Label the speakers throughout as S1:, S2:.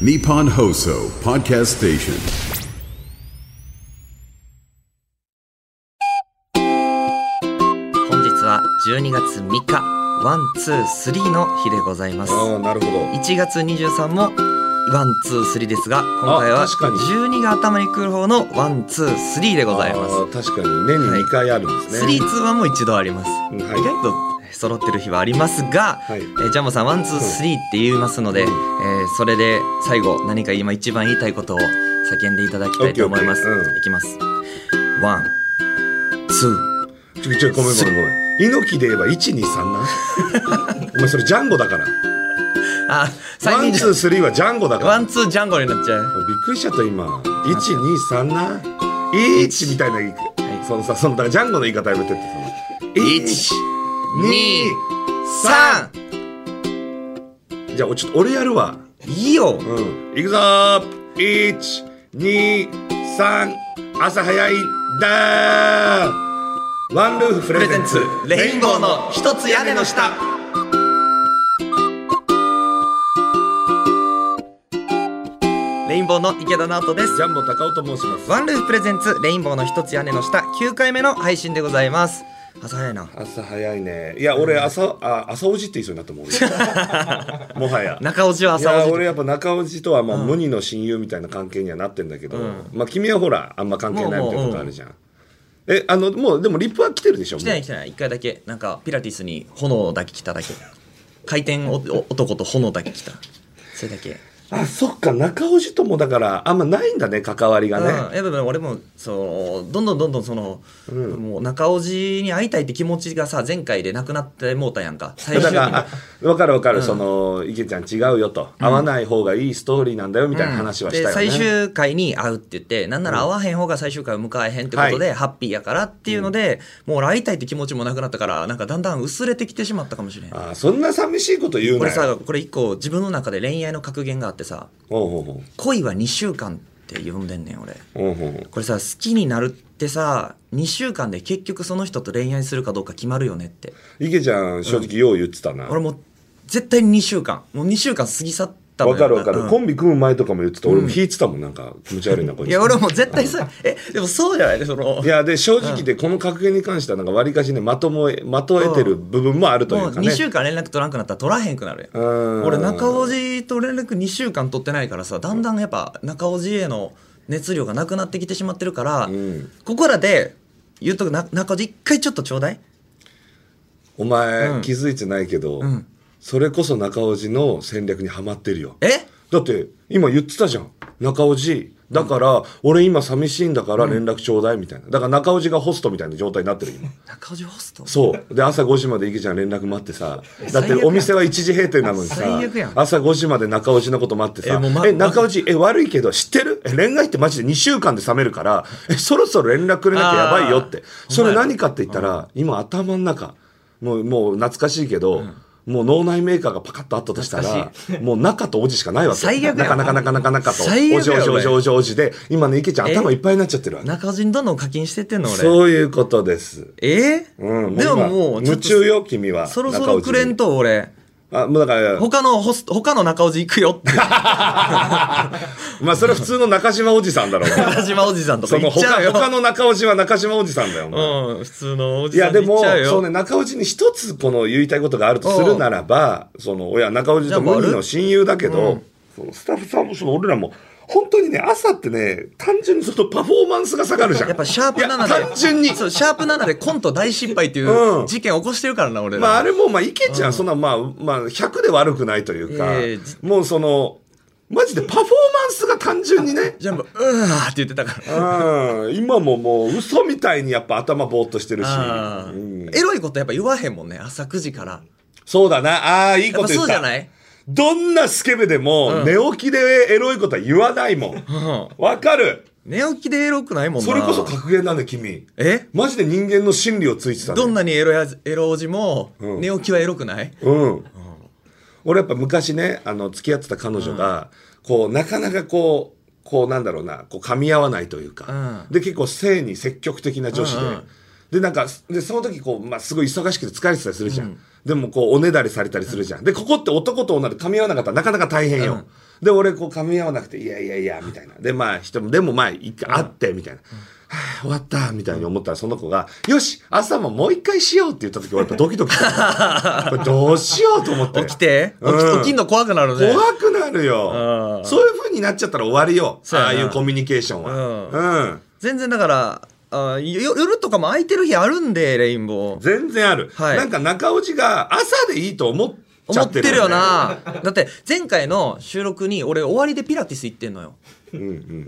S1: Nippon Hoso Podcast Station.
S2: 本日は12月3日ワンツースリーの日でございます
S3: ああ、なるほど。
S2: 1月23もワンツースリーですが今回
S3: あ
S2: は
S3: 確かに
S2: 12が頭にくる方のワンツースリーでございま
S3: あ
S2: す
S3: ー確かに年に2回あるんです
S2: ス
S3: ね。
S2: リーツーはもう一度あります、
S3: うん
S2: 意
S3: は
S2: 外と揃ってる日はありますが、
S3: はい
S2: えージャンボさんワンツースリーって言いますので、
S3: うん
S2: えーそれで最後何か今一番言いたいことを叫んでいただきたいと思います、
S3: オッケーオッケーうん
S2: いきますワンツー
S3: い。ちょ、ちょ、ごめんごめんごめん。猪木で言えば1、2、3 な。お前それジャンゴだから。
S2: あ最
S3: ワン、
S2: 近
S3: ツー、スリーはジャンゴだから。
S2: ワンツージャンゴになっちゃう
S3: びっくりしちゃった今。1、2、3な。1みたいな言い方。
S2: い
S3: そのさ、その、だからジャンゴの言い方やめてって、その。
S2: 一二
S3: 三
S2: 三
S3: じゃあ、ちょっと俺やるわ。
S2: いいよ
S3: うん。いくぞー !1、2、3、朝早いだーワンルーフプ
S2: プ
S3: レ
S2: レ
S3: ゼ
S2: ゼ
S3: ン
S2: ン
S3: ツ
S2: ツ、レインボーの一つ屋根の下レインボーの池田直人です
S3: ジャンボ高尾と申します。
S2: ワンルーフプレゼンツレインボーの一つ屋根の下9回目の配信でございます朝早いな
S3: 朝早いね。いや、俺、朝、あ、朝おじって言いそうになったもん。 俺もはや。
S2: 中落ちはい朝
S3: や
S2: おじ
S3: 俺やっぱ中尾とはまあ無二の親友みたいな関係にはなってんだけど、まあ君はほらあんま関係ないみたいなことあるじゃん、えあのもうでもリップは来てるでしょ
S2: 来てない来てない一回だけなんかピラティスに炎だけ来ただけ回転おお男と炎だけ来たそれだけ
S3: あそっか中尾ともだからあんまないんだね関わりがね、
S2: うん、やっぱ俺もそうどんどんどんどんその、もう中尾路に会いたいって気持ちがさ前回でなくなってもうたや んか最終
S3: だか
S2: 的に
S3: ら、あわかるわかる、その、池ちゃん違うよと、会わない方がいいストーリーなんだよみたいな話はしたよね。
S2: で最終回に会うって言ってなんなら会わへん方が最終回を迎えへんってことで、ハッピーやからっていうので、もう俺会いたいって気持ちもなくなったからなんかだんだん薄れてきてしまったかもしれん
S3: あーそんな寂しいこと言うな
S2: 俺
S3: よ。
S2: さこれ一個自分の中で恋愛の格言があってさ
S3: ほうほうほ
S2: 恋は2週間って呼んでんねん俺
S3: う。ほうほうほう
S2: これさ好きになるってさ2週間で結局その人と恋愛するかどうか決まるよねって
S3: 池ちゃん、正直よう言ってたな。
S2: 俺もう絶対に2週間もう2週間過ぎ去ったの
S3: わ
S2: よ
S3: かるわかる、
S2: うん
S3: コンビ組む前とかも言ってた。俺も引いてたもん、なんか気持ち悪いな、こいつ。
S2: いや俺も絶対さえでもそうじゃないねその
S3: いや、で、正直で、この格言に関しては、なんか、わりかしね、まともえ、まとえてる部分もあるとい
S2: もう
S3: うか
S2: 2
S3: ね。
S2: 週間連絡取らんくなったら取らへんくなるやん
S3: うん
S2: 俺中おじと連絡2週間取ってないからさだんだんやっぱ中おじへの熱量がなくなってきてしまってるから、
S3: ん
S2: ここらで言っとくな中おじ一回ちょっとちょうだい
S3: お前、
S2: うん
S3: 気づいてないけど、
S2: ん
S3: それこそ中尾路の戦略にはまってるよ。
S2: え
S3: だって今言ってたじゃん中尾じだから、俺今寂しいんだから連絡ちょうだいみたいなだから中尾じがホストみたいな状態になってる今
S2: 中おじホスト
S3: そうで朝5時まで池ちゃん連絡待ってさだっ
S2: 最
S3: て
S2: 悪やん
S3: お店は1時閉店なのにさ
S2: 最悪やん
S3: 朝5時まで中尾じのこと待って
S2: え
S3: さ「え,、
S2: もうま
S3: 中尾じえ悪いけど知ってるえ恋愛ってマジで2週間で冷めるからえそろそろ連絡くれなきゃやばいよ」ってそれ何かって言ったら今頭の中もうもう懐かしいけど、もう脳内メーカーがパカッとあったとしたらもう中とおじしかないわけ
S2: 最悪やん
S3: なかなかなかなかなかと
S2: 最悪や
S3: おじおじ
S2: お
S3: お
S2: い
S3: じおじおじで今ね池ちゃん頭いっぱいになっちゃってるわけ
S2: 中おじにどんどん課金してってんの俺
S3: そういうことです
S2: え
S3: うん、
S2: でも
S3: 今
S2: もうちょ
S3: 夢
S2: っと
S3: 中よ君は
S2: そろそろくれんと俺
S3: あもうだから
S2: 他のホスト他の中おじ行くよって
S3: まあそれは普通の中島おじさんだろう
S2: 中島おじさんとか
S3: そ
S2: 行
S3: の
S2: っちゃ
S3: 他
S2: うよ
S3: 他の中おじは中島おじさんだよお前
S2: うん普通のお
S3: い
S2: じさ
S3: や
S2: んと
S3: で
S2: 行
S3: も
S2: っちゃうよ
S3: そうね中おじに一つこの言いたいことがあるとするならばそのいや中おじと無二の親友だけど、そのスタッフさんもその俺らも本当にね朝ってね単純にそのパフォーマンスが下がるじゃん
S2: やっぱシャープ
S3: いや
S2: 7で
S3: 単純に
S2: そうシャープ7でコント大失敗ってい
S3: うん
S2: う事件起こしてるからな俺ら、
S3: まああれもまあ池ちゃんそんなまあまあ100で悪くないというか、
S2: ええじ
S3: もうそのマジでパフォーマンスが単純にね
S2: ジャンボうわーって言ってたから
S3: うん今ももう嘘みたいにやっぱ頭ぼーっとしてるし、
S2: あー
S3: うん
S2: エロいことやっぱ言わへんもんね朝9時から
S3: そうだなああーいい
S2: やっ
S3: こ
S2: ぱ
S3: と言
S2: そ
S3: っ
S2: うじ
S3: た
S2: ゃない
S3: どんなスケベでも、寝起きでエロいことは言わないもん
S2: うん
S3: わかる
S2: 寝起きでエロくないもんな
S3: それこそ格言なんだ君
S2: え
S3: マジで人間の心理をついてたね
S2: どんなにエロやエロおじも
S3: うん
S2: 寝起きはエロくない、
S3: うん、俺やっぱ昔ねあの付き合ってた彼女が、こうなかなかこうこうなんだろうなこう噛み合わないというか、
S2: うん
S3: で結構性に積極的な女子で、
S2: うんうん
S3: でなんかでその時こう、まあ、すごい忙しくて疲れてたりするじゃん、でもこうおねだりされたりするじゃんでここって男と女で噛み合わなかったらなかなか大変よ、で俺こう噛み合わなくていやいやいやみたいなでまあ人もでもまあ一回会ってみたいな、はあ終わったみたいに思ったらその子が「よし朝ももう一回しよう」って言った時俺やっぱドキドキしたの これどうしようと思って
S2: 起きて、起
S3: う
S2: き
S3: ん
S2: 起きんの怖くなるね。
S3: 怖くなる
S2: う。
S3: よ
S2: ん
S3: そういう風になっちゃったら終わりよ。
S2: そうや
S3: あ
S2: な
S3: あいうコミュニケーションは。うん。
S2: 全然だから、あよ夜とかも空いてる日あるんで、レインボー。
S3: 全然ある。
S2: はい
S3: なんか中尾ちが朝でいいと思っち
S2: 思
S3: ゃ
S2: っ
S3: って
S2: て
S3: る
S2: るよ。な。だって、前回の収録に俺終わりでピラティス行ってんのよ。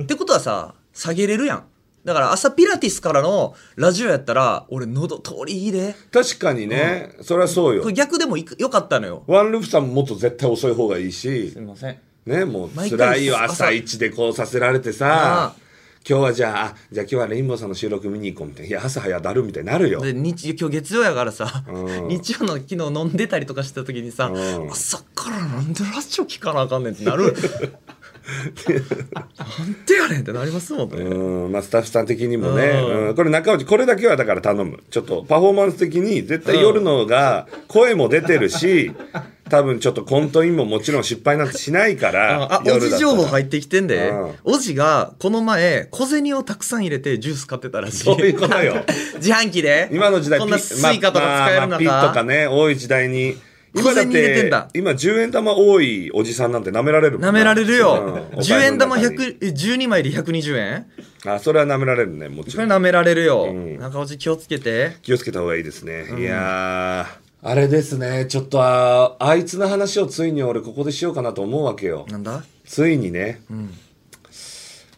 S2: ってことはさ、下げれるやん。だから朝ピラティスからのラジオやったら、俺喉通りいいで。
S3: 確かにね。それはそう
S2: こ
S3: よ
S2: れ。逆でもいくよかったのよ。
S3: ワンループさんもっと絶対遅い方がいいし
S2: す、みません。
S3: ね、もう
S2: 毎回
S3: 辛いよ、
S2: 朝
S3: 朝一でこうさせられて
S2: あ
S3: さ
S2: あ、
S3: 今日はじゃああ、じゃあ今日はレインボーさんの収録見に行こうみたいな、いや、朝早だるみたいになるよ。
S2: で日今日月曜やからさ、
S3: うん
S2: 日曜の昨日飲んでたりとかした時にさ、
S3: うん
S2: 朝からなんでラジオ聞かなあかんねんってな るなんでやねんってなりますもんね、
S3: うんまあ、スタッフさん的にも
S2: う
S3: ね、
S2: ん
S3: うんこれ中内これだけはだから頼むちょっとパフォーマンス的に絶対夜のが声も出てるし、 多分ちょっとコントインももちろん失敗なんてしないから
S2: ああお
S3: 夜だ
S2: じ
S3: ったら
S2: 情報入ってきてんで、
S3: うん
S2: おじがこの前小銭をたくさん入れてジュース買ってたらしい
S3: そういうことよ
S2: 自販機で
S3: 今の時代
S2: こんなスイカとか使える
S3: まあま
S2: 中、
S3: あピッとかね多い時代に今だ
S2: 小
S3: っ
S2: 銭入れてん
S3: て
S2: だ
S3: 今10円玉多いおじさんなんて舐められるもんな
S2: 舐められるよ、
S3: うん
S2: 10円玉
S3: お財布の中に
S2: 100え12枚で120円
S3: あそれは舐められるねもち
S2: これ舐
S3: ろん
S2: められるよ、
S3: うん
S2: 中おじ気をつけて
S3: 気をつけた方がいいですね、いやーあれですねちょっとああいつの話をついに俺ここでしようかなと思うわけよ
S2: なんだ
S3: ついにね、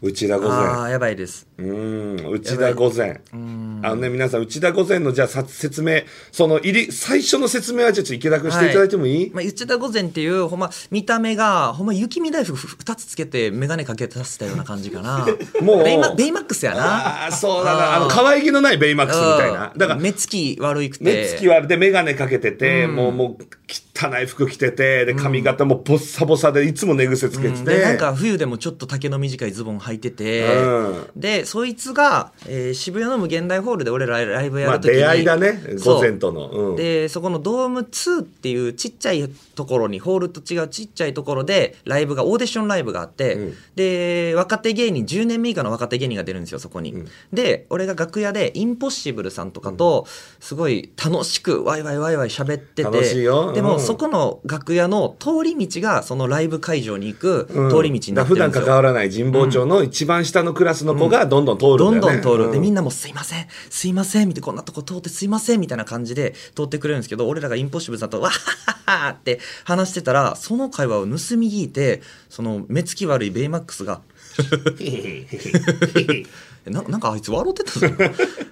S3: 内田御
S2: あ
S3: 前
S2: あやばいです
S3: うん内田御前あのね皆さん内田御前のじゃあさ説明その入り最初の説明はじゃあちょっと池田君していただいてもいい、
S2: まあ、内田御前っていうほんま見た目がほんま雪見大福2つつけて眼鏡かけさせたような感じかな
S3: もう
S2: ベイマベイマックスやな
S3: ああそうだなあの可愛げのないベイマックスみたいな
S2: うん
S3: だから
S2: 目つき悪いくて
S3: 目つき悪いで眼鏡かけてて、もうもう汚い服着ててで髪型もボッサボサでいつも寝癖つけてて、
S2: でなんか冬でもちょっと丈の短いズボン履いてて、
S3: う
S2: でそいつが、えー渋谷の無限大ホールで俺らライブや
S3: まあ
S2: る時に、
S3: 出会いだね
S2: そう
S3: 午前との、うん、
S2: でそこのドーム2っていうちっちゃいところにホールと違うちっちゃいところでライブがオーディションライブがあって、で若手芸人10年目以下の若手芸人が出るんですよそこに、で俺が楽屋でインポッシブルさんとかとすごい楽しくワイワイワイワイ喋ってて
S3: 楽しいようん
S2: でもそこの楽屋の通り道がそのライブ会場に行く
S3: うん
S2: 通り道になってるん
S3: だから普段
S2: ですよ、
S3: 関わらない神保町の一番下のクラスの子がどんどん通るんだよ
S2: ど
S3: ね、
S2: んどん通る。で、みん
S3: な
S2: なもすいません、すいません、みたいな、こんなとこ通ってすいません、みたいな感じで通ってくれるんですけど、俺らがインポッシブルさんと、わっはっはって話してたら、その会話を盗み聞いて、その目つき悪いベイマックス が、えななんかあいつ笑ってたぞ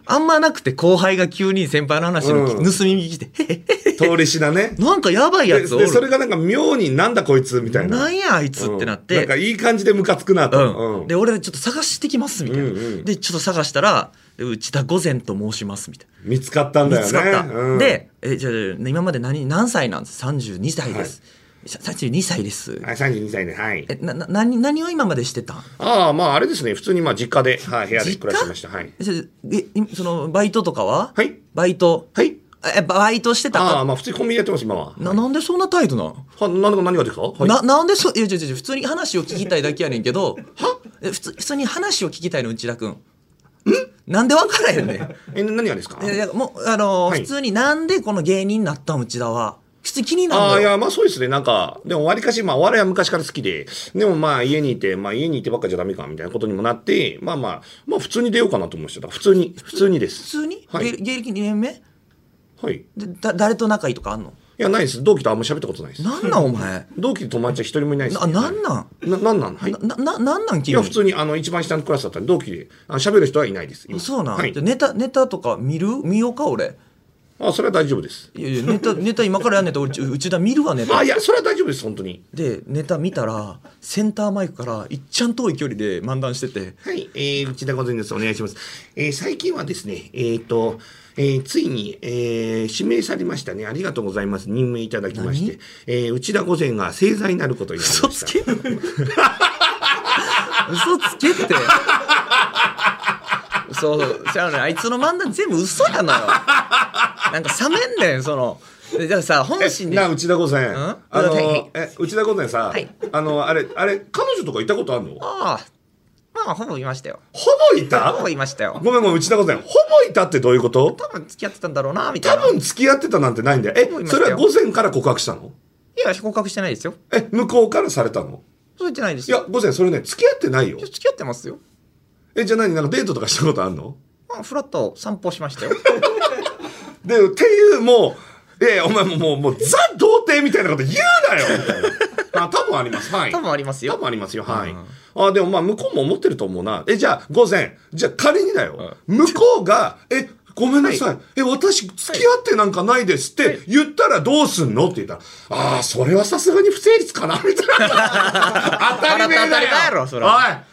S2: あんまなくて後輩が急に先輩の話の
S3: うん
S2: 盗み聞きして、 へへへ
S3: 通りしだね
S2: なんかやばい
S3: で
S2: や
S3: で
S2: つおる
S3: それがなんか妙になんだこいつみたいな
S2: なんやあいつってなって、
S3: うんなんかいい感じでムカつくなと、
S2: うん
S3: うん
S2: で俺らちょっと探してきますみたいな、
S3: うんうん
S2: でちょっと探したら「内田御前と申します」みたいな
S3: 見つかったんだよ
S2: 見
S3: ね
S2: つかった。
S3: うん
S2: で、え、じゃあじゃあ今まで何、何歳なんです ?32 歳です。さ32歳です。
S3: はい32歳ねはい
S2: え、な、な、何、何を今までしてたん
S3: ああまああれですね普通にまあ実家で、はい、部屋で
S2: 実家
S3: 暮らしてましたはい
S2: えじゃあえ、いその、バイトとかは
S3: はい
S2: バイト。
S3: はい
S2: え、バイトしてた
S3: ああ
S2: か
S3: まあ普通にコンビニやってます今は
S2: な、なんでそんな態度なの
S3: は何が何がですか、はい、
S2: な、なんでそ、いや、じゃじゃ普通に話を聞きたいだけやねんけ ど、はえ、普通、普通に話を聞きたいの、内田くん。んなんで分から へんねん。
S3: え何がですか
S2: いやいや、もう、あのー
S3: はい
S2: 普通になんでこの芸人になったん、内田は。普通に気になるの
S3: あ
S2: よ
S3: あ、いや、まあそうですね。なんか、でもわりかし、まあお笑いは昔から好きで、でもまあ家にいて、まあ家にいてばっかじゃダメか、みたいなことにもなって、まあまあ、まあ普通に出ようかなと思いました。だから普通に、普通にで
S2: 普
S3: す。
S2: 通に、
S3: はい
S2: 芸芸歴2年目
S3: はい。い
S2: でだ誰と仲いいとかあんの
S3: や、ないです。同期とあんま喋ったことないです。
S2: なんなんお前
S3: 同期と友達は一人もいないです。
S2: ななんなん
S3: な、なんなんはい。い
S2: なななんなん君
S3: や、普通に、あの、一番下のクラスだったんで、同期で、あ喋る人はいないです。今
S2: そうなん、
S3: はい
S2: じゃ。ネタネタとか見る見ようか俺
S3: あ、それは大丈夫です。
S2: いやいやネタ ネタ今からやんねんと俺ち内田見るわネタ
S3: あ、いや、それは大丈夫です、本当に。
S2: でネタ見たらセンターマイクからいっちゃん遠い距離で漫談してて
S3: はい、えー、内田ごです。お願いします。えー、最近はですね、えっ、と、えー、ついに、えー、指名されましたね。ありがとうございます。任命いただきまして、えー、内田御前が正座になることになりました。
S2: 嘘つ け嘘つけってそうじゃあねあいつの漫談全部嘘やのよなんか冷めんねんそのだからさ本心で
S3: なあ内田御前、あ
S2: はい
S3: のえ内田御前さ、
S2: はい
S3: あのあれあれ彼女とかいたことあるのほ
S2: ああまあほぼいましたよ
S3: ぼいた
S2: ほぼいましたよ
S3: ごめんごめん内田御前ほぼいたってどういうこと
S2: 多分付き合ってたんだろうなみたい
S3: 多
S2: な
S3: 分付き合ってたなんてないんだよ
S2: ぼい
S3: え
S2: まし
S3: そ
S2: たよ
S3: れは午前から告白したの
S2: いや告白してないですよ
S3: え向こうからされたの
S2: そう言ってないです
S3: い
S2: よ
S3: や午前それね付き合ってないよ
S2: いや付き合ってますよ
S3: えじゃあ何なんかデートとかしたことあるの
S2: まあフラット散歩しました よ
S3: でっていうもうえお前もうもうもうザ童貞みたいなこと言うなよみたいなあ多分ありますはい
S2: 多分ありますよ
S3: 多分ありますよはい、あでもまあ向こうも思ってると思うなえじゃあ午前じゃあ仮にだよ、向こうが「えごめんなさい、え私付き合ってなんかないです」って言ったらどうすんのって言ったら「ああそれはさすがに不成立かな」みた いな当たり前
S2: 当た
S3: だ
S2: り
S3: よ
S2: 前やろそれ
S3: おい
S2: は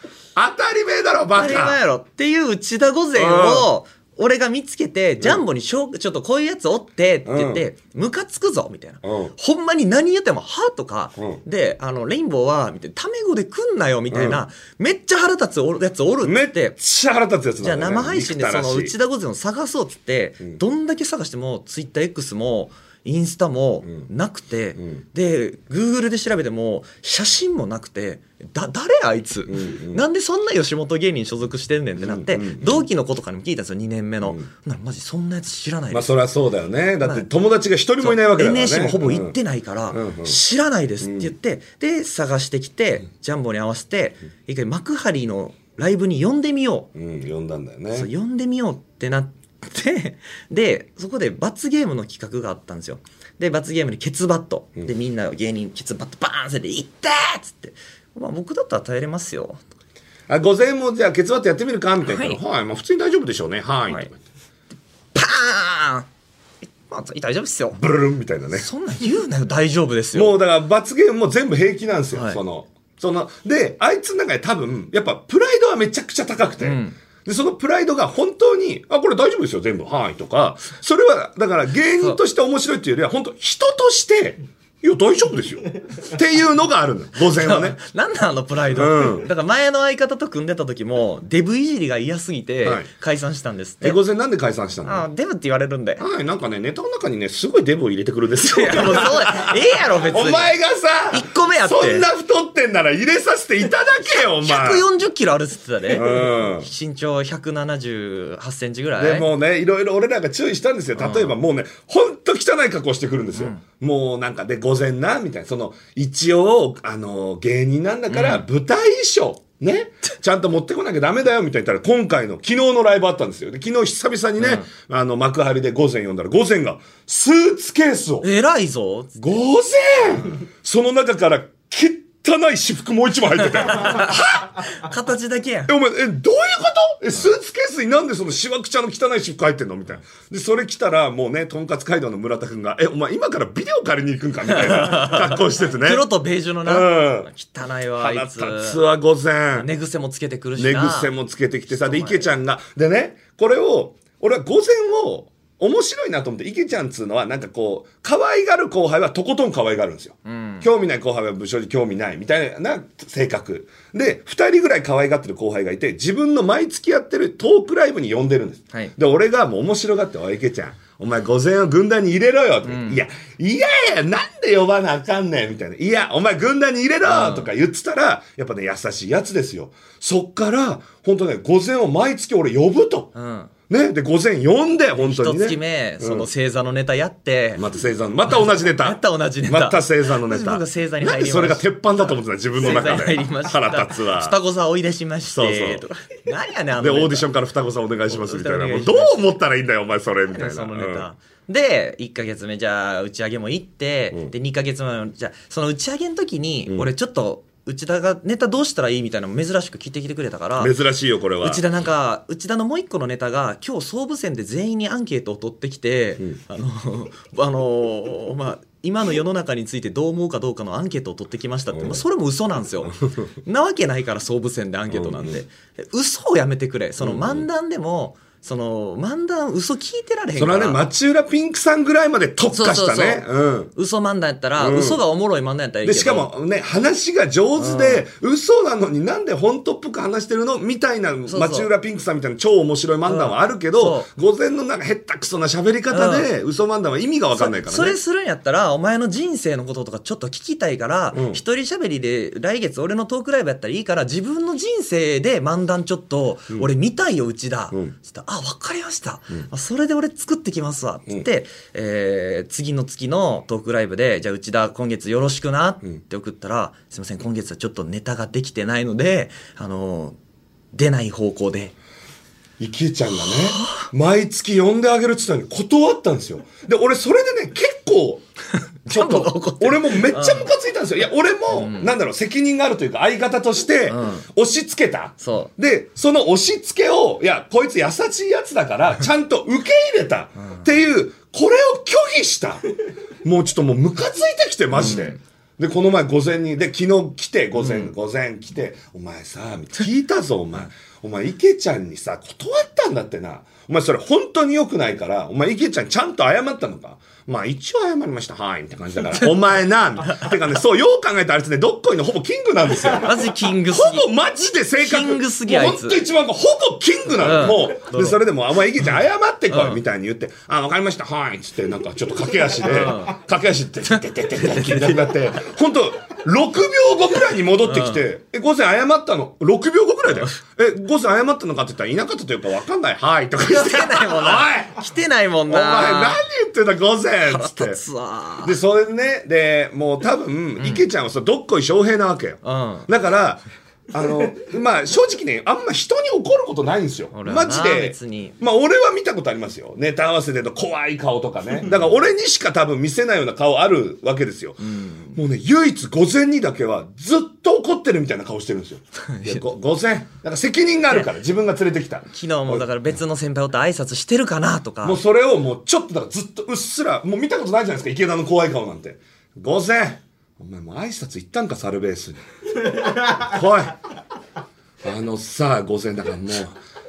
S3: 当たり前だろバカ
S2: 当たり前やろっていう内田御前を俺が見つけてジャンボにしょうちょっとこういうやつおってって言ってムカつくぞみたいな
S3: うん
S2: ほんまに何言っても「は?」とか
S3: うん
S2: であの「レインボーは」みたいな「タメ語で来んなよ」みたいなめっちゃ腹立つおやつおる
S3: め
S2: っ
S3: っち
S2: て
S3: ゃ腹立つやつ
S2: じゃ
S3: な
S2: あ
S3: んだよね
S2: 生配信でそ
S3: 憎
S2: の
S3: たらしい
S2: 内田御前を探そうっつってどんだけ探しても TwitterX もインスタもなくてで Google で調べても写真もなくてだ誰あいつなんでそんな吉本芸人所属してんねんってなって同期の子とかにも聞いたんですよ2年目のならマジそんなやつ知らないで
S3: まあ
S2: す
S3: そりゃそうだよねだっ
S2: ま
S3: て
S2: あ
S3: 友達が一人もいないわけだからね
S2: NSC もほぼ行っ
S3: う
S2: てないから
S3: うんうん
S2: 知らないですって言ってで探してきてジャンボに合わせて一回幕張のライブに呼んでみようん
S3: うん呼んだんだよ
S2: そう
S3: ね
S2: 呼んでみようってなって でそこで罰ゲームの企画があったんですよで罰ゲームにケツバット、でみんな芸人ケツバットバーンっていってーっつって、まあ、僕だったら耐えれますよ
S3: あ午前もじゃあケツバットやってみるかみたいな
S2: はい
S3: はいまあ普通に大丈夫でしょうねはい
S2: はい
S3: とか言って
S2: パーンまあ大丈夫っすよ
S3: ブルルンみたいなね
S2: そんなん言うなよ大丈夫ですよ
S3: もうだから罰ゲームも全部平気なんですよ
S2: はい
S3: そのそのであいつの中で多分やっぱプライドはめちゃくちゃ高くてでそのプライドが本当に「あこれ大丈夫ですよ全部はい」とかそれはだから芸人として面白いっていうよりは本当人として「いや大丈夫ですよ」っていうのがあるの午 前はね
S2: なんなんあのプライド、
S3: うん
S2: だから前の相方と組んでた時もデブいじりが嫌すぎて
S3: はい
S2: 解散したんですって、
S3: え午前なんで解散したの
S2: ああデブって言われるんで
S3: はい、なんかね、ネタの中にね、すごいデブを入れてくるんで す
S2: い
S3: よ。
S2: や もうそうやええやろ別に
S3: お前がさ、
S2: 一個目やって
S3: そんな太ってんなら入れさせていただけよ、お前。
S2: 140キロあるっつってたね、
S3: うん
S2: 身長178センチぐらい
S3: でもうね、いろいろ俺らが注意したんですよ。例えばもうね、ほんと汚い格好してくるんですよ。もうなんかで、午前な、みたいな。その、一応、あの、芸人なんだから、舞台衣装、ね、ちゃんと持ってこなきゃダメだよ、みたいな言ったら、今回の、昨日のライブあったんですよ。で昨日久々にね、あの、幕張で午前呼んだら、午前が、スーツケースを、
S2: 偉いぞ
S3: 午前その中から汚い私服もう一枚入っ てたよ。
S2: 形だけやん
S3: え、お前、え、どういうことえ、スーツケースになんでそのしわくちゃの汚い私服入ってんのみたいな。で、それ来たら、もうね、とんかつ街道の村田くんが、え、お前今からビデオ借りに行くん かみたいな格好しててね。
S2: 黒とベージュのな、
S3: うん
S2: 汚いわあ
S3: 腹
S2: い
S3: 立
S2: つ
S3: つわ、午前。
S2: 寝癖もつけてくるし
S3: 寝
S2: な
S3: 癖もつけてきてさで池ちゃんがでねこれを俺は午前を面白いなと思って池ちゃんっつうのはなんかこう可愛がる後輩はとことん可愛がるんですよ、興味ない後輩は正直興味ないみたいな性格で2人ぐらい可愛がってる後輩がいて自分の毎月やってるトークライブに呼んでるんです、
S2: はい
S3: で俺がもう面白がって「おい池ちゃんお前午前を軍団に入れろよ」とか言っていやいやいやなんで呼ばなあかんねん」みたいな「いやお前軍団に入れろ!」とか言ってたらやっぱね優しいやつですよそっから本当ね午前を毎月俺呼ぶと、
S2: ん
S3: ねで午前呼んで本当
S2: 一
S3: にね
S2: 月目、その星座のネタやって、
S3: また星座のまた同じネタ
S2: また同じネタ
S3: また星座のネ
S2: 私
S3: タ
S2: 僕星座に入りました
S3: なんでそれが鉄板だと思ってた自分の
S2: 星座
S3: 中
S2: に
S3: で
S2: 入りました
S3: 腹立つわ
S2: 双子座追い出しまして
S3: そうそう
S2: とか何やねんあの
S3: で
S2: ネ
S3: オ
S2: タ
S3: ーディションから双子さんお願いしますみたいなもう
S2: 双
S3: ど
S2: 子
S3: う
S2: さんお願いします
S3: 思ったらいいんだよお前それみたいな
S2: そのネ
S3: うん
S2: タ、で1か月目じゃあ打ち上げも行って、で2か月目のじゃあその打ち上げの時に、俺ちょっと内田がネタどうしたらいいみたいなの珍しく聞いてきてくれたから
S3: 珍しいよこれは
S2: 内田なんか内田のもう一個のネタが今日総武線で全員にアンケートを取ってきて、あの あのまあ今の世の中についてどう思うかどうかのアンケートを取ってきましたって、まあそれも嘘なんですよなわけないから総武線でアンケートなんて、嘘をやめてくれその漫談でも、その漫談嘘聞いてられへん
S3: そ
S2: か
S3: れ
S2: ら
S3: はね町浦ピンクさんぐらいまで特化したねうん
S2: 嘘漫談やったら、嘘がおもろい漫談やったらいいけど
S3: でしかもね話が上手で、嘘なのになんで本当っぽく話してるのみたいな
S2: そう
S3: 町浦ピンクさんみたいな超面白い漫談はあるけど、午前のなんかへったくそな喋り方で、嘘漫談は意味が分かんないからね
S2: それするんやったらお前の人生のこととかちょっと聞きたいから、一人喋りで来月俺のトークライブやったらいいから自分の人生で漫談ちょっと俺見たいようちだ、つったらあ分かりました、あそれで俺作ってきますわ」って言って、えー次の月のトークライブで「じゃあ内田今月よろしくな」って送ったら「すいません今月はちょっとネタができてないのであのー出ない方向で」
S3: ゆきえちゃんがね毎月呼んであげるっつったのに断ったんですよで俺それでね結構 ちょっ
S2: ジャンボが怒っ
S3: と
S2: てる
S3: 俺もめっちゃムカついたんですよいや俺も、なんだろう責任があるというか相方として押し付けた、
S2: そ
S3: でその押し付けをいやこいつ優しいやつだからちゃんと受け入れたっていうこれを拒否したもうちょっともうムカついてきてマジで。で、この前午前に、で、昨日来て、午前、午前来て、お前さ、聞いたぞ、お前。お前、池ちゃんにさ、断ったんだってな。お前、それ本当に良くないから、お前、池ちゃんちゃんと謝ったのか。まあ、一応謝りました、はい、みたいな感じだから。お前な、みたいな。てかね、そう、よう考えたらあいつね、どっこいのほぼキングなんですよ。
S2: マジキングすぎ
S3: ほぼマジで性格
S2: キングすぎあいつ
S3: ほんと一番ほぼキングなの、
S2: うん
S3: もうでそれでも「あんまいげちゃん謝ってこい」みたいに言って「あ分かりましたはい」っつってなんかちょっと駆け足で、駆け足で「ててててて」ってなくなってほんと6秒後ぐらいに戻ってきて「え午前謝ったの6秒後ぐらいだよえ午前謝ったのか?」って言ったら「いなかったというか分かんないはい」とか言っ
S2: 来
S3: て
S2: てないもんな
S3: おい
S2: 来てないもん
S3: お前何
S2: な
S3: 言ってんだ午前」っつって
S2: 腹立つわ
S3: でそれでねでもう多分池ちゃんはそうどっこい翔平なわけよ、
S2: う
S3: だからあのまあ正直ねあんま人に怒ることないんですよ
S2: 俺はな
S3: マジで
S2: 別に
S3: まあ俺は見たことありますよネタ合わせでの怖い顔とかねだから俺にしか多分見せないような顔あるわけですよ、もうね唯一午前にだけはずっと怒ってるみたいな顔してるんですよいやご午前なんか責任があるから自分が連れてきた
S2: 昨日もだから別の先輩おって挨拶してるかなとか
S3: もうそれをもうちょっとだからずっとうっすら、もう見たことないじゃないですか、池田の怖い顔なんて。午前お前もう挨拶行ったんか、サルベースに。来いあのさ、午前だからもう、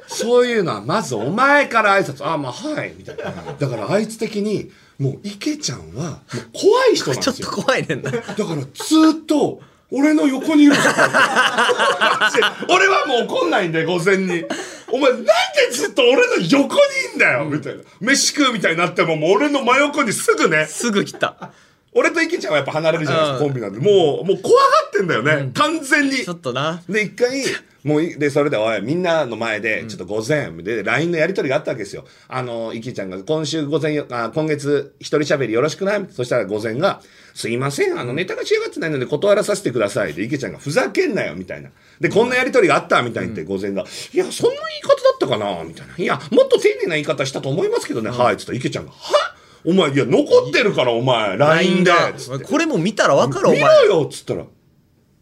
S3: そういうのはまずお前から挨拶、ああまあはい、みたいな。だからあいつ的に、もう池ちゃんは、もう怖い人なんで
S2: ちょっ
S3: す
S2: と
S3: よ。
S2: 怖いねんな。
S3: だからずっと俺の横にいるんですよマジで俺はもう怒んないんだよ午前にお前なんでずっと俺の横にいんだよみたいな飯食うみたいになってももう俺の真横にすぐね
S2: すぐ来た。
S3: 俺と池ちゃんはやっぱ離れるじゃないです
S2: うん
S3: かコンビなんでもうもう怖がってんだよね、完全に
S2: ちょっとな。
S3: で一回もういでそれでおいみんなの前でちょっと午前で LINE のやり取りがあったわけですよあのいきちゃんが今週午前よあ今月一人喋りよろしくないそしたら午前が「すいませんあのネタが仕上がってないので断らさせてください」でいきちゃんが「ふざけんなよ」みたいなでこんなやり取りがあったみたいに言って午前が「いやそんな言い方だったかな」みたいな「いやもっと丁寧な言い方したと思いますけどね、はい」っつったらいきちゃんが「はお前いや残ってるからお前 LINE で」
S2: が
S3: つって
S2: これも見たらわかるお
S3: 見
S2: 前。
S3: ろよっつったら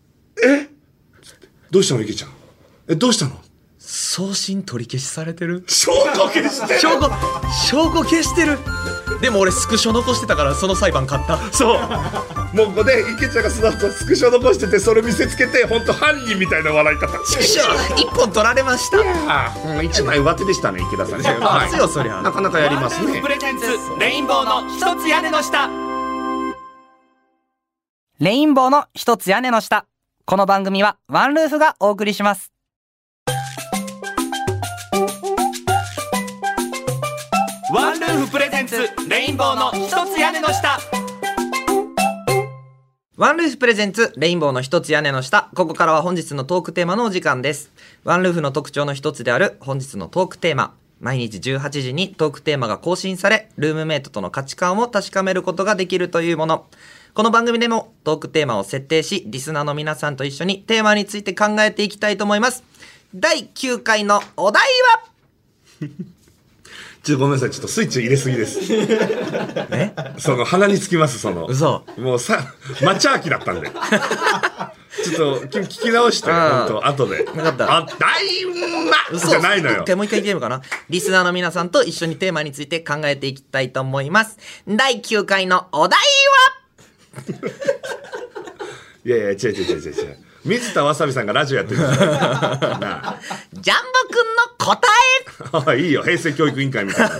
S3: 「えどうしたの池ちゃんえどうしたの?」
S2: 送信取り消しされてる
S3: 証拠消してる
S2: 証拠、証拠消してるでも俺スクショ残してたからその裁判勝った。
S3: そうもうここで池ちゃんがその後スクショ残しててそれ見せつけて本当犯人みたいな笑い方
S2: スクショ一本取られました。
S3: ああ、うん、一枚上手でしたね池田さんね、
S2: 勝つよそりゃ
S3: なかなかやりますね
S4: プレゼンツレインボーの一つ屋根の下
S5: レインボーの一つ屋根の下。この番組はワンルーフがお送りします。
S4: ワンルーフプレゼンツレインボーの一つ屋根の下
S2: ワンルーフプレゼンツ、レインボーの一つ屋根の下。ここからは本日のトークテーマのお時間です。ワンルーフの特徴の一つである本日のトークテーマ。毎日18時にトークテーマが更新され、ルームメイトとの価値観を確かめることができるというもの。この番組でもトークテーマを設定し、リスナーの皆さんと一緒にテーマについて考えていきたいと思います。第9回のお題は
S3: ちょっとごめんなさいちょっとスイッチ入れすぎです
S2: え
S3: その鼻につきますその
S2: 嘘
S3: もうさ町秋だった んでちょっとき聞き直して
S2: ああ
S3: 本当後で
S2: かった
S3: あ大魔
S2: 嘘
S3: じゃないのよ
S2: 一 回もう一回言ってみようかな。リスナーの皆さんと一緒にテーマについて考えていきたいと思います。第9回のお題は
S3: いやいや違う違う違う違う違う水田わさびさんがラジオやってるんですよ なあ
S4: ジャンボくんの答
S3: あいいよ平成教育委員会みたいな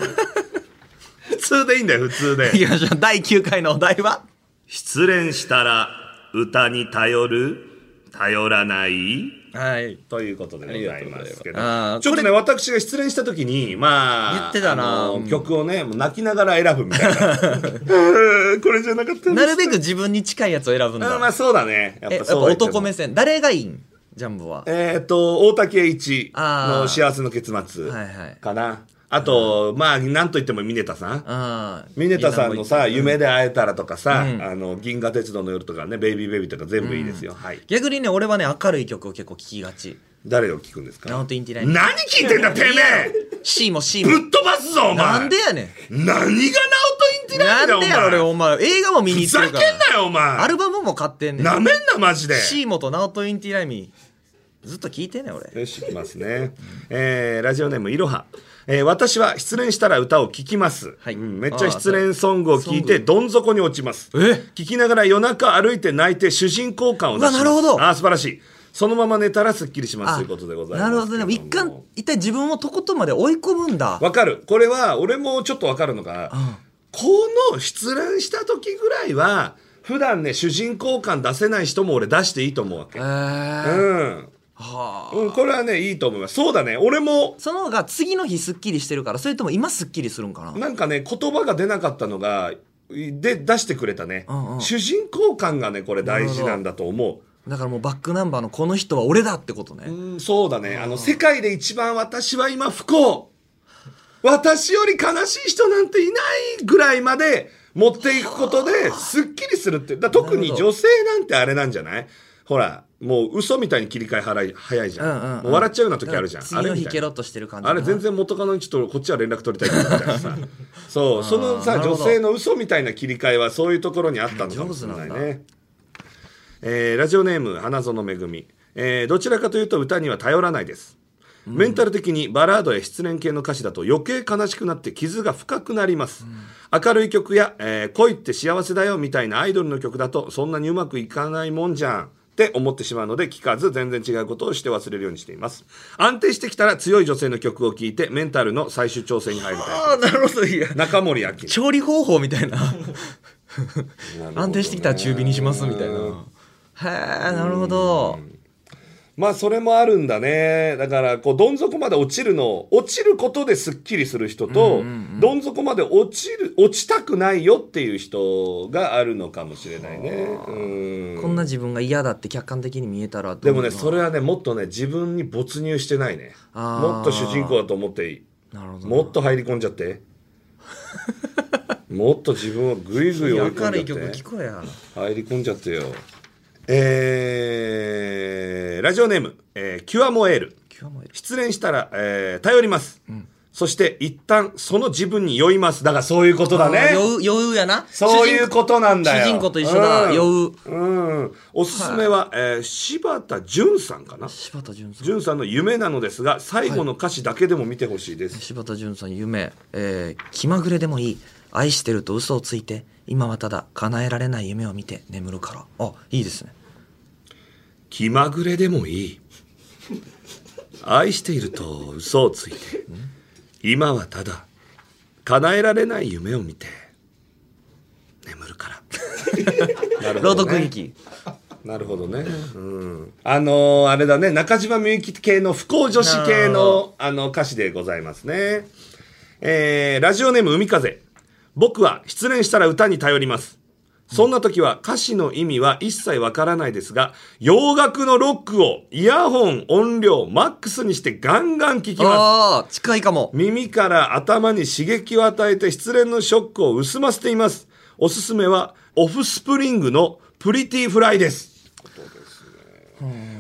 S3: 普通でいいんだよ普通で
S4: えいきましょう第9回のお題は
S3: 失恋したら歌に頼る頼らない
S4: はい
S3: ということでございますけど
S4: ありがとうございますあー
S3: ちょっとね私が失恋した時にまあ
S4: 言ってたな
S3: あの
S4: うん
S3: 曲をねもう泣きながら選ぶみ たいな うーんこれじゃなかった
S4: なるべ
S3: く
S4: く自分に近いやつを選ぶんだ
S3: まあそうだねやっ
S4: えや
S3: ぱ
S4: っぱ
S3: そうは言っても
S4: 男目線誰がいいんジャンボは
S3: えっと大竹一
S4: あ
S3: の
S4: ー
S3: 幸せの結末
S4: はいはい
S3: かなあとまあなんといっても峰田さん
S4: ああ
S3: ミネタさんのさ、
S4: みんなも
S3: 夢で会えたらとかさ、
S4: うん
S3: あの、銀河鉄道の夜とかね、ベイビーベイビーとか全部いいですよ。はい。
S4: 逆にね俺はね明るい曲を結構聴きがち
S3: 誰を聞くんです
S4: 「ナウ
S3: か
S4: トインティナイン
S3: 何聞いてんだ、てめえ」
S4: C も C
S3: ぶ
S4: も
S3: っ飛ばすぞ、お前
S4: なんでやねん
S3: 何がナオトインティナイ
S4: な
S3: ンだよ、
S4: ん
S3: お
S4: で
S3: 前
S4: やろ俺お前映画も見に
S3: ふ
S4: 行っ
S3: ざ
S4: て
S3: け
S4: る
S3: ん
S4: か
S3: な
S4: ら
S3: よ、お前
S4: アルバムも買ってんねん
S3: なめんな、マジで
S4: シーモとナオトインティライミずっと聞いてんねん俺
S3: よし、いきますね。えーラジオネーム、いろは。えー私は失恋したら歌を聴きます、
S4: はい
S3: うんめっちゃ失恋ソングを聴いてどん底に落ちます
S4: え
S3: 聴きながら夜中歩いて泣いて主人公感を出します
S4: うわなるほど
S3: あー素晴らしいそのまま寝たらすっきりしますということでございますけ
S4: なる
S3: ど
S4: ほどね
S3: も
S4: 一貫一体自分をとことんまで追い込むんだ
S3: わかるこれは俺もちょっとわかるのが、この失恋した時ぐらいは普段ね主人公感出せない人も俺出していいと思うわけ、
S4: えー
S3: うん
S4: はあ
S3: うん、これはねいいと思いますそうだね俺も
S4: その方が次の日すっきりしてるからそれとも今すっきりするんかな
S3: なんかね言葉が出なかったのがで出してくれたね、
S4: うんうん
S3: 主人公感がねこれ大事なんだと思
S4: だからもうバックナンバーのこの人は俺だってことね
S3: う、うん、そうだねあの世界で一番私は今不幸私より悲しい人なんていないぐらいまで持っていくことですっきりするってだ特に
S4: なるほど
S3: 女性なんてあれなんじゃないほらもう嘘みたいに切り替え払い早いじゃん,、
S4: うんうんうん
S3: もう笑っちゃうような時あるじゃん、
S4: 次
S3: あれ
S4: の
S3: みたい
S4: 日
S3: な
S4: ケロッとしてる感じ
S3: あれ全然元カノにちょっとこっちは連絡取りたいけどみたいな さそうそのさ
S4: なる
S3: 女
S4: ほど
S3: 性の嘘みたいな切り替えはそういうところにあったのかもしれないね、えーラジオネーム花園めぐみ、えーどちらかというと歌には頼らないですメンタル的にバラードや失恋系の歌詞だと余計悲しくなって傷が深くなります、明るい曲や、えー恋って幸せだよみたいなアイドルの曲だとそんなにうまくいかないもんじゃんって思ってしまうので聞かず全然違うことをして忘れるようにしています安定してきたら強い女性の曲を聴いてメンタルの最終調整に入りたい
S4: ああなるほどいや
S3: 中森明菜
S4: 調理方法みたい な安定してきたら中火にしますみたいなへえなるほど
S3: まあそれもあるんだねだからこうどん底まで落ちるの落ちることですっきりする人と、どん底まで落ちる落ちたくないよっていう人があるのかもしれないねうん
S4: こんな自分が嫌だって客観的に見えたらどう
S3: でもねそ
S4: れ
S3: れはねもっとね自分に没入してないね
S4: あー
S3: もっと主人公だと思って
S4: なるほど
S3: もっと入り込んじゃって もっと自分をぐいぐい追い込
S4: 明
S3: ん
S4: るい
S3: じゃ
S4: 曲
S3: って
S4: 聞こえや
S3: 入り込んじゃってよえー、ラジオネーム、えーキュアモエール
S4: 今日もいる
S3: 失恋したら、えー頼ります、そして一旦その自分に酔いますだからそういうことだ
S4: あー
S3: ね
S4: 酔う酔うやな
S3: そういうことなんだよ
S4: 主人公と一緒だ、
S3: うん
S4: 酔う
S3: うんおすすめは、えー柴田純さんかな
S4: 柴田純さん
S3: 純さんの夢なのですが最後の歌詞だけでも見てほしいです、
S4: 柴田純さん夢、えー気まぐれでもいい愛してると嘘をついて今はただ叶えられない夢を見て眠るからあいいですね
S3: 気まぐれでもいい愛していると嘘をついて今はただ叶えられない夢を見て眠るから なるほ
S4: 朗
S3: どね
S4: 読劇
S3: なるほどね、うん、あのーあれだね中島みゆき系の不幸女子系のあの歌詞でございますねえーラジオネーム海風僕は失恋したら歌に頼りますそんな時は歌詞の意味は一切わからないですが洋楽のロックをイヤホン音量マックスにしてガンガン聴きます
S4: ああ近いかも
S3: 耳から頭に刺激を与えて失恋のショックを薄ませていますおすすめはオフスプリングのプリティフライです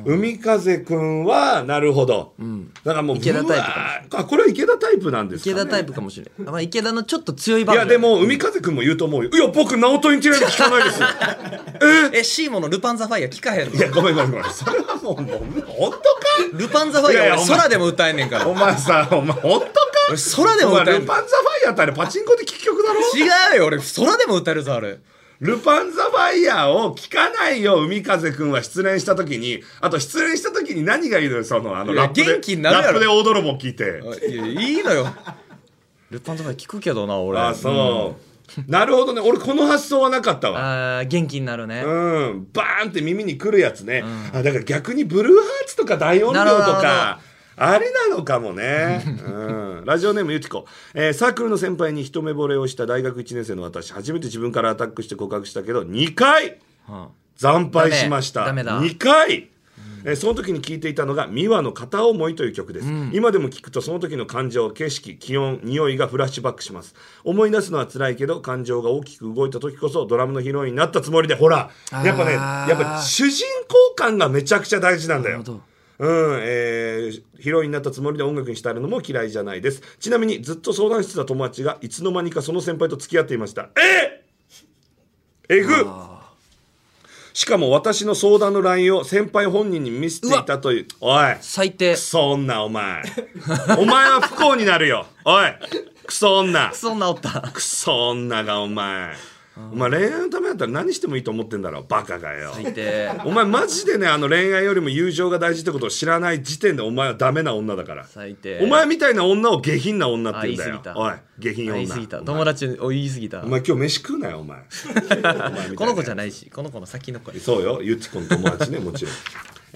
S3: 海風くんはなるほど、だからもう
S4: 池田タイプか
S3: う
S4: もし
S3: わーあこれは池田タイプなんですか、ね、
S4: 池田タイプかもしれない、まあ、池田のちょっと強い
S3: い
S4: 版
S3: やでも海風くんも言うと思うよいや僕ナオトインティライト聞かないですよ
S4: えシーモのルパン・ザ・ファイア聞かへんの
S3: いやごめんごめんごめんそれはもうもう本当か
S4: ルパン・ザ・ファイ
S3: いやいや
S4: ア俺
S3: お前
S4: 空でも歌えんねんから
S3: お前さお前本当か
S4: 俺空でも
S3: お前
S4: 歌え
S3: ル
S4: ん
S3: パンザファイアってあれパチンコで聞く曲だろ
S4: 違うよ俺空でも歌えるぞあれ
S3: ルパンザファイヤーを聞かないよ、海風くんは失恋した時に。あと、失恋した時に何がいいのよ、その、あの、
S2: いや
S3: ラップで。
S2: 元気になるやろ
S3: ラップで大泥棒聞いて。
S2: あいやいいのよ
S4: ルパンとか聞くけどな、俺。
S3: あ、そう、なるほどね。俺、この発想はなかったわ。
S4: あー元気になるね。
S3: うん、バーンって耳にくるやつね、あだから逆にブルーハーツとか大音量と
S4: なるほど
S3: かあれなのかもね、うん、ラジオネームゆきこ、えーサークルの先輩に一目惚れをした大学1年生の私初めて自分からアタックして告白したけど2回
S4: うん
S3: 惨敗しました
S4: ダメダメだ
S3: 2回えーその時に聴いていたのが「ミワの片思い」という曲です、今でも聴くとその時の感情景色気温匂いがフラッシュバックします思い出すのは辛いけど感情が大きく動いた時こそドラムのヒロインになったつもりでほらやっぱね
S4: あ
S3: や
S4: ー
S3: っぱ主人公感がめちゃくちゃ大事なんだようんえーヒロインになったつもりで音楽にしてあるのも嫌いじゃないですちなみにずっと相談してた友達がいつの間にかその先輩と付き合っていましたえーえぐっしかも私の相談の LINE を先輩本人に見せていたというおい
S4: 最低。
S3: クソ女お前お前は不幸になるよおいクソ女
S4: そんなおった。
S3: クソ女がお前お前恋愛のためだったら何してもいいと思ってんだろバカがよ
S4: 最低。
S3: お前マジでねあの恋愛よりも友情が大事ってことを知らない時点でお前はダメな女だから
S4: 最低。
S3: お前みたいな女を下品な女って言うんだ
S4: あ言
S3: よおい下品
S4: い過ぎたあ
S3: 女
S4: 言い過ぎた。友達を言い過ぎた
S3: お。前今日飯食うなよお 前
S4: この子じゃ
S3: ない
S4: ないし、この子の先の子や
S3: そうよ、ゆちこの友達 ね、もちろん。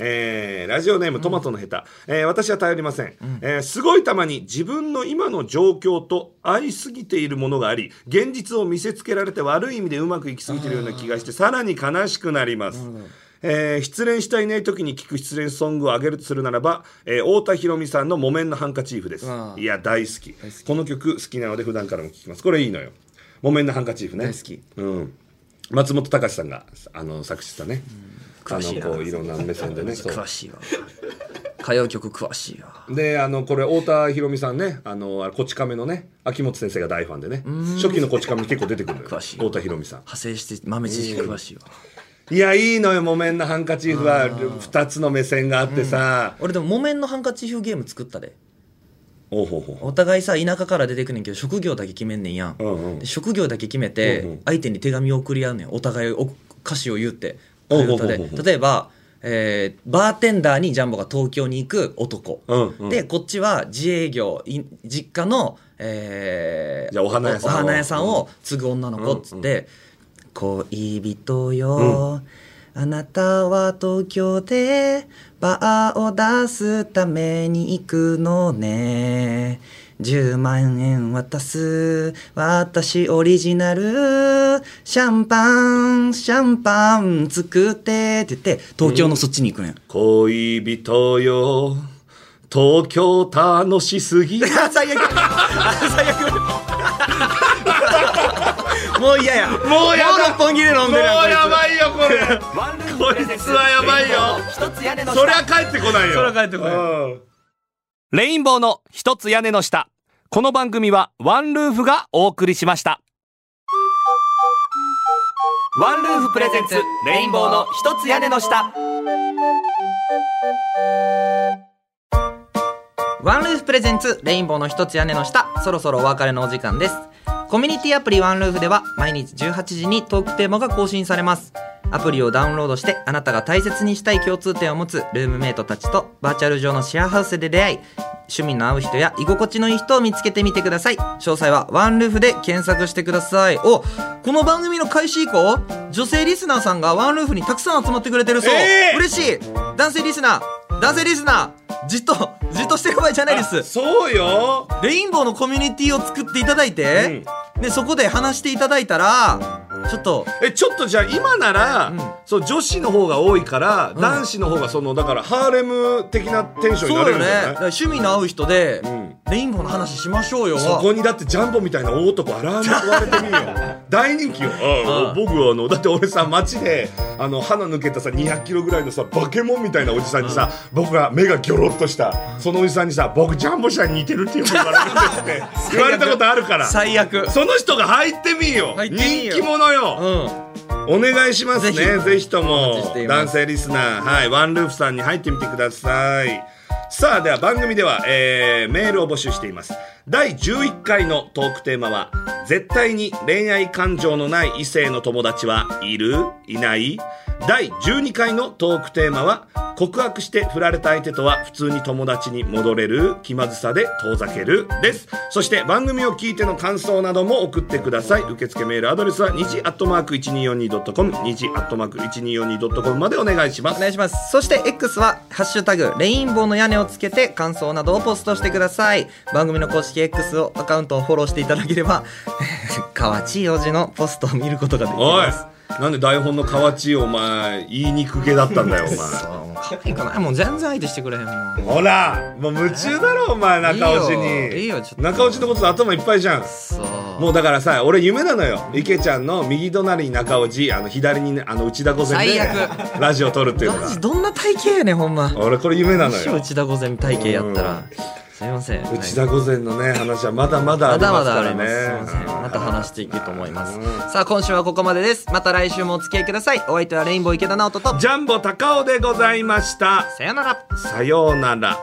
S3: えーラジオネームトマトのヘタ、えー私は頼りません、えーすごいたまに自分の今の状況と合いすぎているものがあり現実を見せつけられて悪い意味でうまくいきすぎているような気がしてさらに悲しくなります、えー失恋したいない時に聴く失恋ソングを挙げるとするならば、えー太田博美さんの「木綿のハンカチーフ」ですいや大好きこの曲好きなので普段からも聴きますこれいいのよ「木綿のハンカチーフね」
S4: 大好き
S3: うん松本隆さんがあの作詞したね、あ
S4: 詳しいな
S3: のこういろんな目線でねそう
S4: 詳しいわ。歌謡曲詳しいわ。
S3: であのこれ太田博美さんね「あのあれこち亀」のね秋元先生が大ファンでね初期の「こち亀」に結構出てくるのよ
S4: 詳しい
S3: 太田博美さん
S4: 派生して豆知識詳しいわ。
S3: いやいいのよ「木綿のハンカチーフ」は2つの目線があってさ、
S4: 俺でも木綿のハンカチーフゲーム作ったで。
S3: おうほうほう
S4: お互いさ田舎から出てくねんけど職業だけ決めんねんやん、
S3: んうん
S4: で職業だけ決めて、
S3: うんうん
S4: 相手に手紙を送り合うねんお互いお歌詞を言って
S3: おう
S4: 替
S3: お
S4: え
S3: うおうおう
S4: 歌で例えば、えーバーテンダーにジャンボが東京に行く男、
S3: うんうん
S4: でこっちは自営業い実家の、えー
S3: じゃあお花屋さんを
S4: お花屋さんを継ぐ女の子っつって「恋人よ、あなたは東京でバーを出すために行くのね」10万円渡す私オリジナルシャンパンシャンパン作ってって言って東京のそっちに行くんや、
S3: 恋人よ東京楽しすぎ
S4: 最悪最悪もう嫌やもう
S3: もうやだ
S4: 六本木で飲ん
S3: もう
S4: でるやんこい
S3: やばいよこれ
S4: つ
S3: こいつはやばいよ
S6: 一つ屋根の
S3: そりゃ帰ってこないよ
S4: そりゃ帰ってこない
S3: うん
S6: レインボーの一つ屋根の下この番組はワンルーフがお送りしましたワンルーフプレゼンツレインボーの一つ屋根の下
S4: ワンルーフプレゼンツレインボーの一つ屋根の下そろそろお別れのお時間ですコミュニティアプリワンルーフでは毎日18時にトークテーマが更新されますアプリをダウンロードしてあなたが大切にしたい共通点を持つルームメイトたちとバーチャル上のシェアハウスで出会い趣味の合う人や居心地のいい人を見つけてみてください詳細はワンルーフで検索してくださいおこの番組の開始以降女性リスナーさんがワンルーフにたくさん集まってくれてるそう、
S3: えー
S4: 嬉しい男性リスナー男性リスナーじっとじっとしてる場合じゃないです
S3: そうよ
S4: レインボーのコミュニティを作っていただいて、でそこで話していただいたらちょっと
S3: えちょっとじゃあ今なら、そう女子の方が多いから、男子の方がそのだからハーレム的なテンションにな
S4: そ
S3: れ
S4: う
S3: る
S4: よ
S3: ん
S4: ね
S3: じゃな
S4: だ
S3: い
S4: から趣味の合う人で、
S3: ん
S4: レインボーの話しましょうよ
S3: そこにだってジャンボみたいな大男アラーム食われてみよ大人気よああ僕はあのだって俺さ街であの鼻抜けたさ2 0 0キロぐらいのさバケモンみたいなおじさんにさ僕が目がギョロッとしたそのおじさんにさ僕ジャンボさんに似てるっていう言われるん ですって言われたことあるからそ
S4: 最悪
S3: の人が入ってみよ
S4: 入ってみ
S3: 人
S4: よ
S3: 気者よ、
S4: うん
S3: お願いしますね
S4: ぜ
S3: ぜ
S4: ひ
S3: ひと
S4: お待
S3: も
S4: ちしています
S3: 男性リスナーはいワンルーフさんに入ってみてくださいさあでは番組では、えーメールを募集しています第11回のトークテーマは「絶対に恋愛感情のない異性の友達はいるいない?」第12回のトークテーマは「告白して振られた相手とは普通に友達に戻れる気まずさで遠ざける」ですそして番組を聞いての感想なども送ってください受付メールアドレスは2時アットマーク 1242.com 2時アットマーク 1242.com までお願いしま
S4: お
S3: す
S4: 願いしますそして X は「ハッシュタグレインボーの屋根」をつけて感想などをポストしてください番組の公式 X をアカウントをフォローしていただければ 河内洋二のポストを見ることができ
S3: おい
S4: ます
S3: なんで台本の河内お前言いにくげだったん だよお前
S4: そうもう可愛くないもう全然相手してくれへんもん
S3: ほらもう夢中だろお前中尾氏に
S4: いいよいいよちょっと
S3: 中尾氏のことで頭いっぱいじゃん
S4: そう
S3: もうだからさ俺夢なのよ池ちゃんの右隣に中尾氏あの左にあの内田御前で
S4: 最悪
S3: ラジオ撮るっていうの
S4: マジ
S3: が
S4: どんな体型やねんほんま
S3: 俺これ夢なの
S4: 一緒
S3: よ
S4: 内田御前体型やったらすいません
S3: 内田御前のね話はまだまだあ
S4: ま
S3: り
S4: だ
S3: ま
S4: ますだ
S3: か
S4: あ
S3: ら
S4: り
S3: ね
S4: ます。すみません。また話していくと思います。さあ、今週はここまでです。また来週もお付き合いください。お相手はレインボー池田直人と、
S3: ジャンボ高尾でございました
S4: さよなら。
S3: さようなら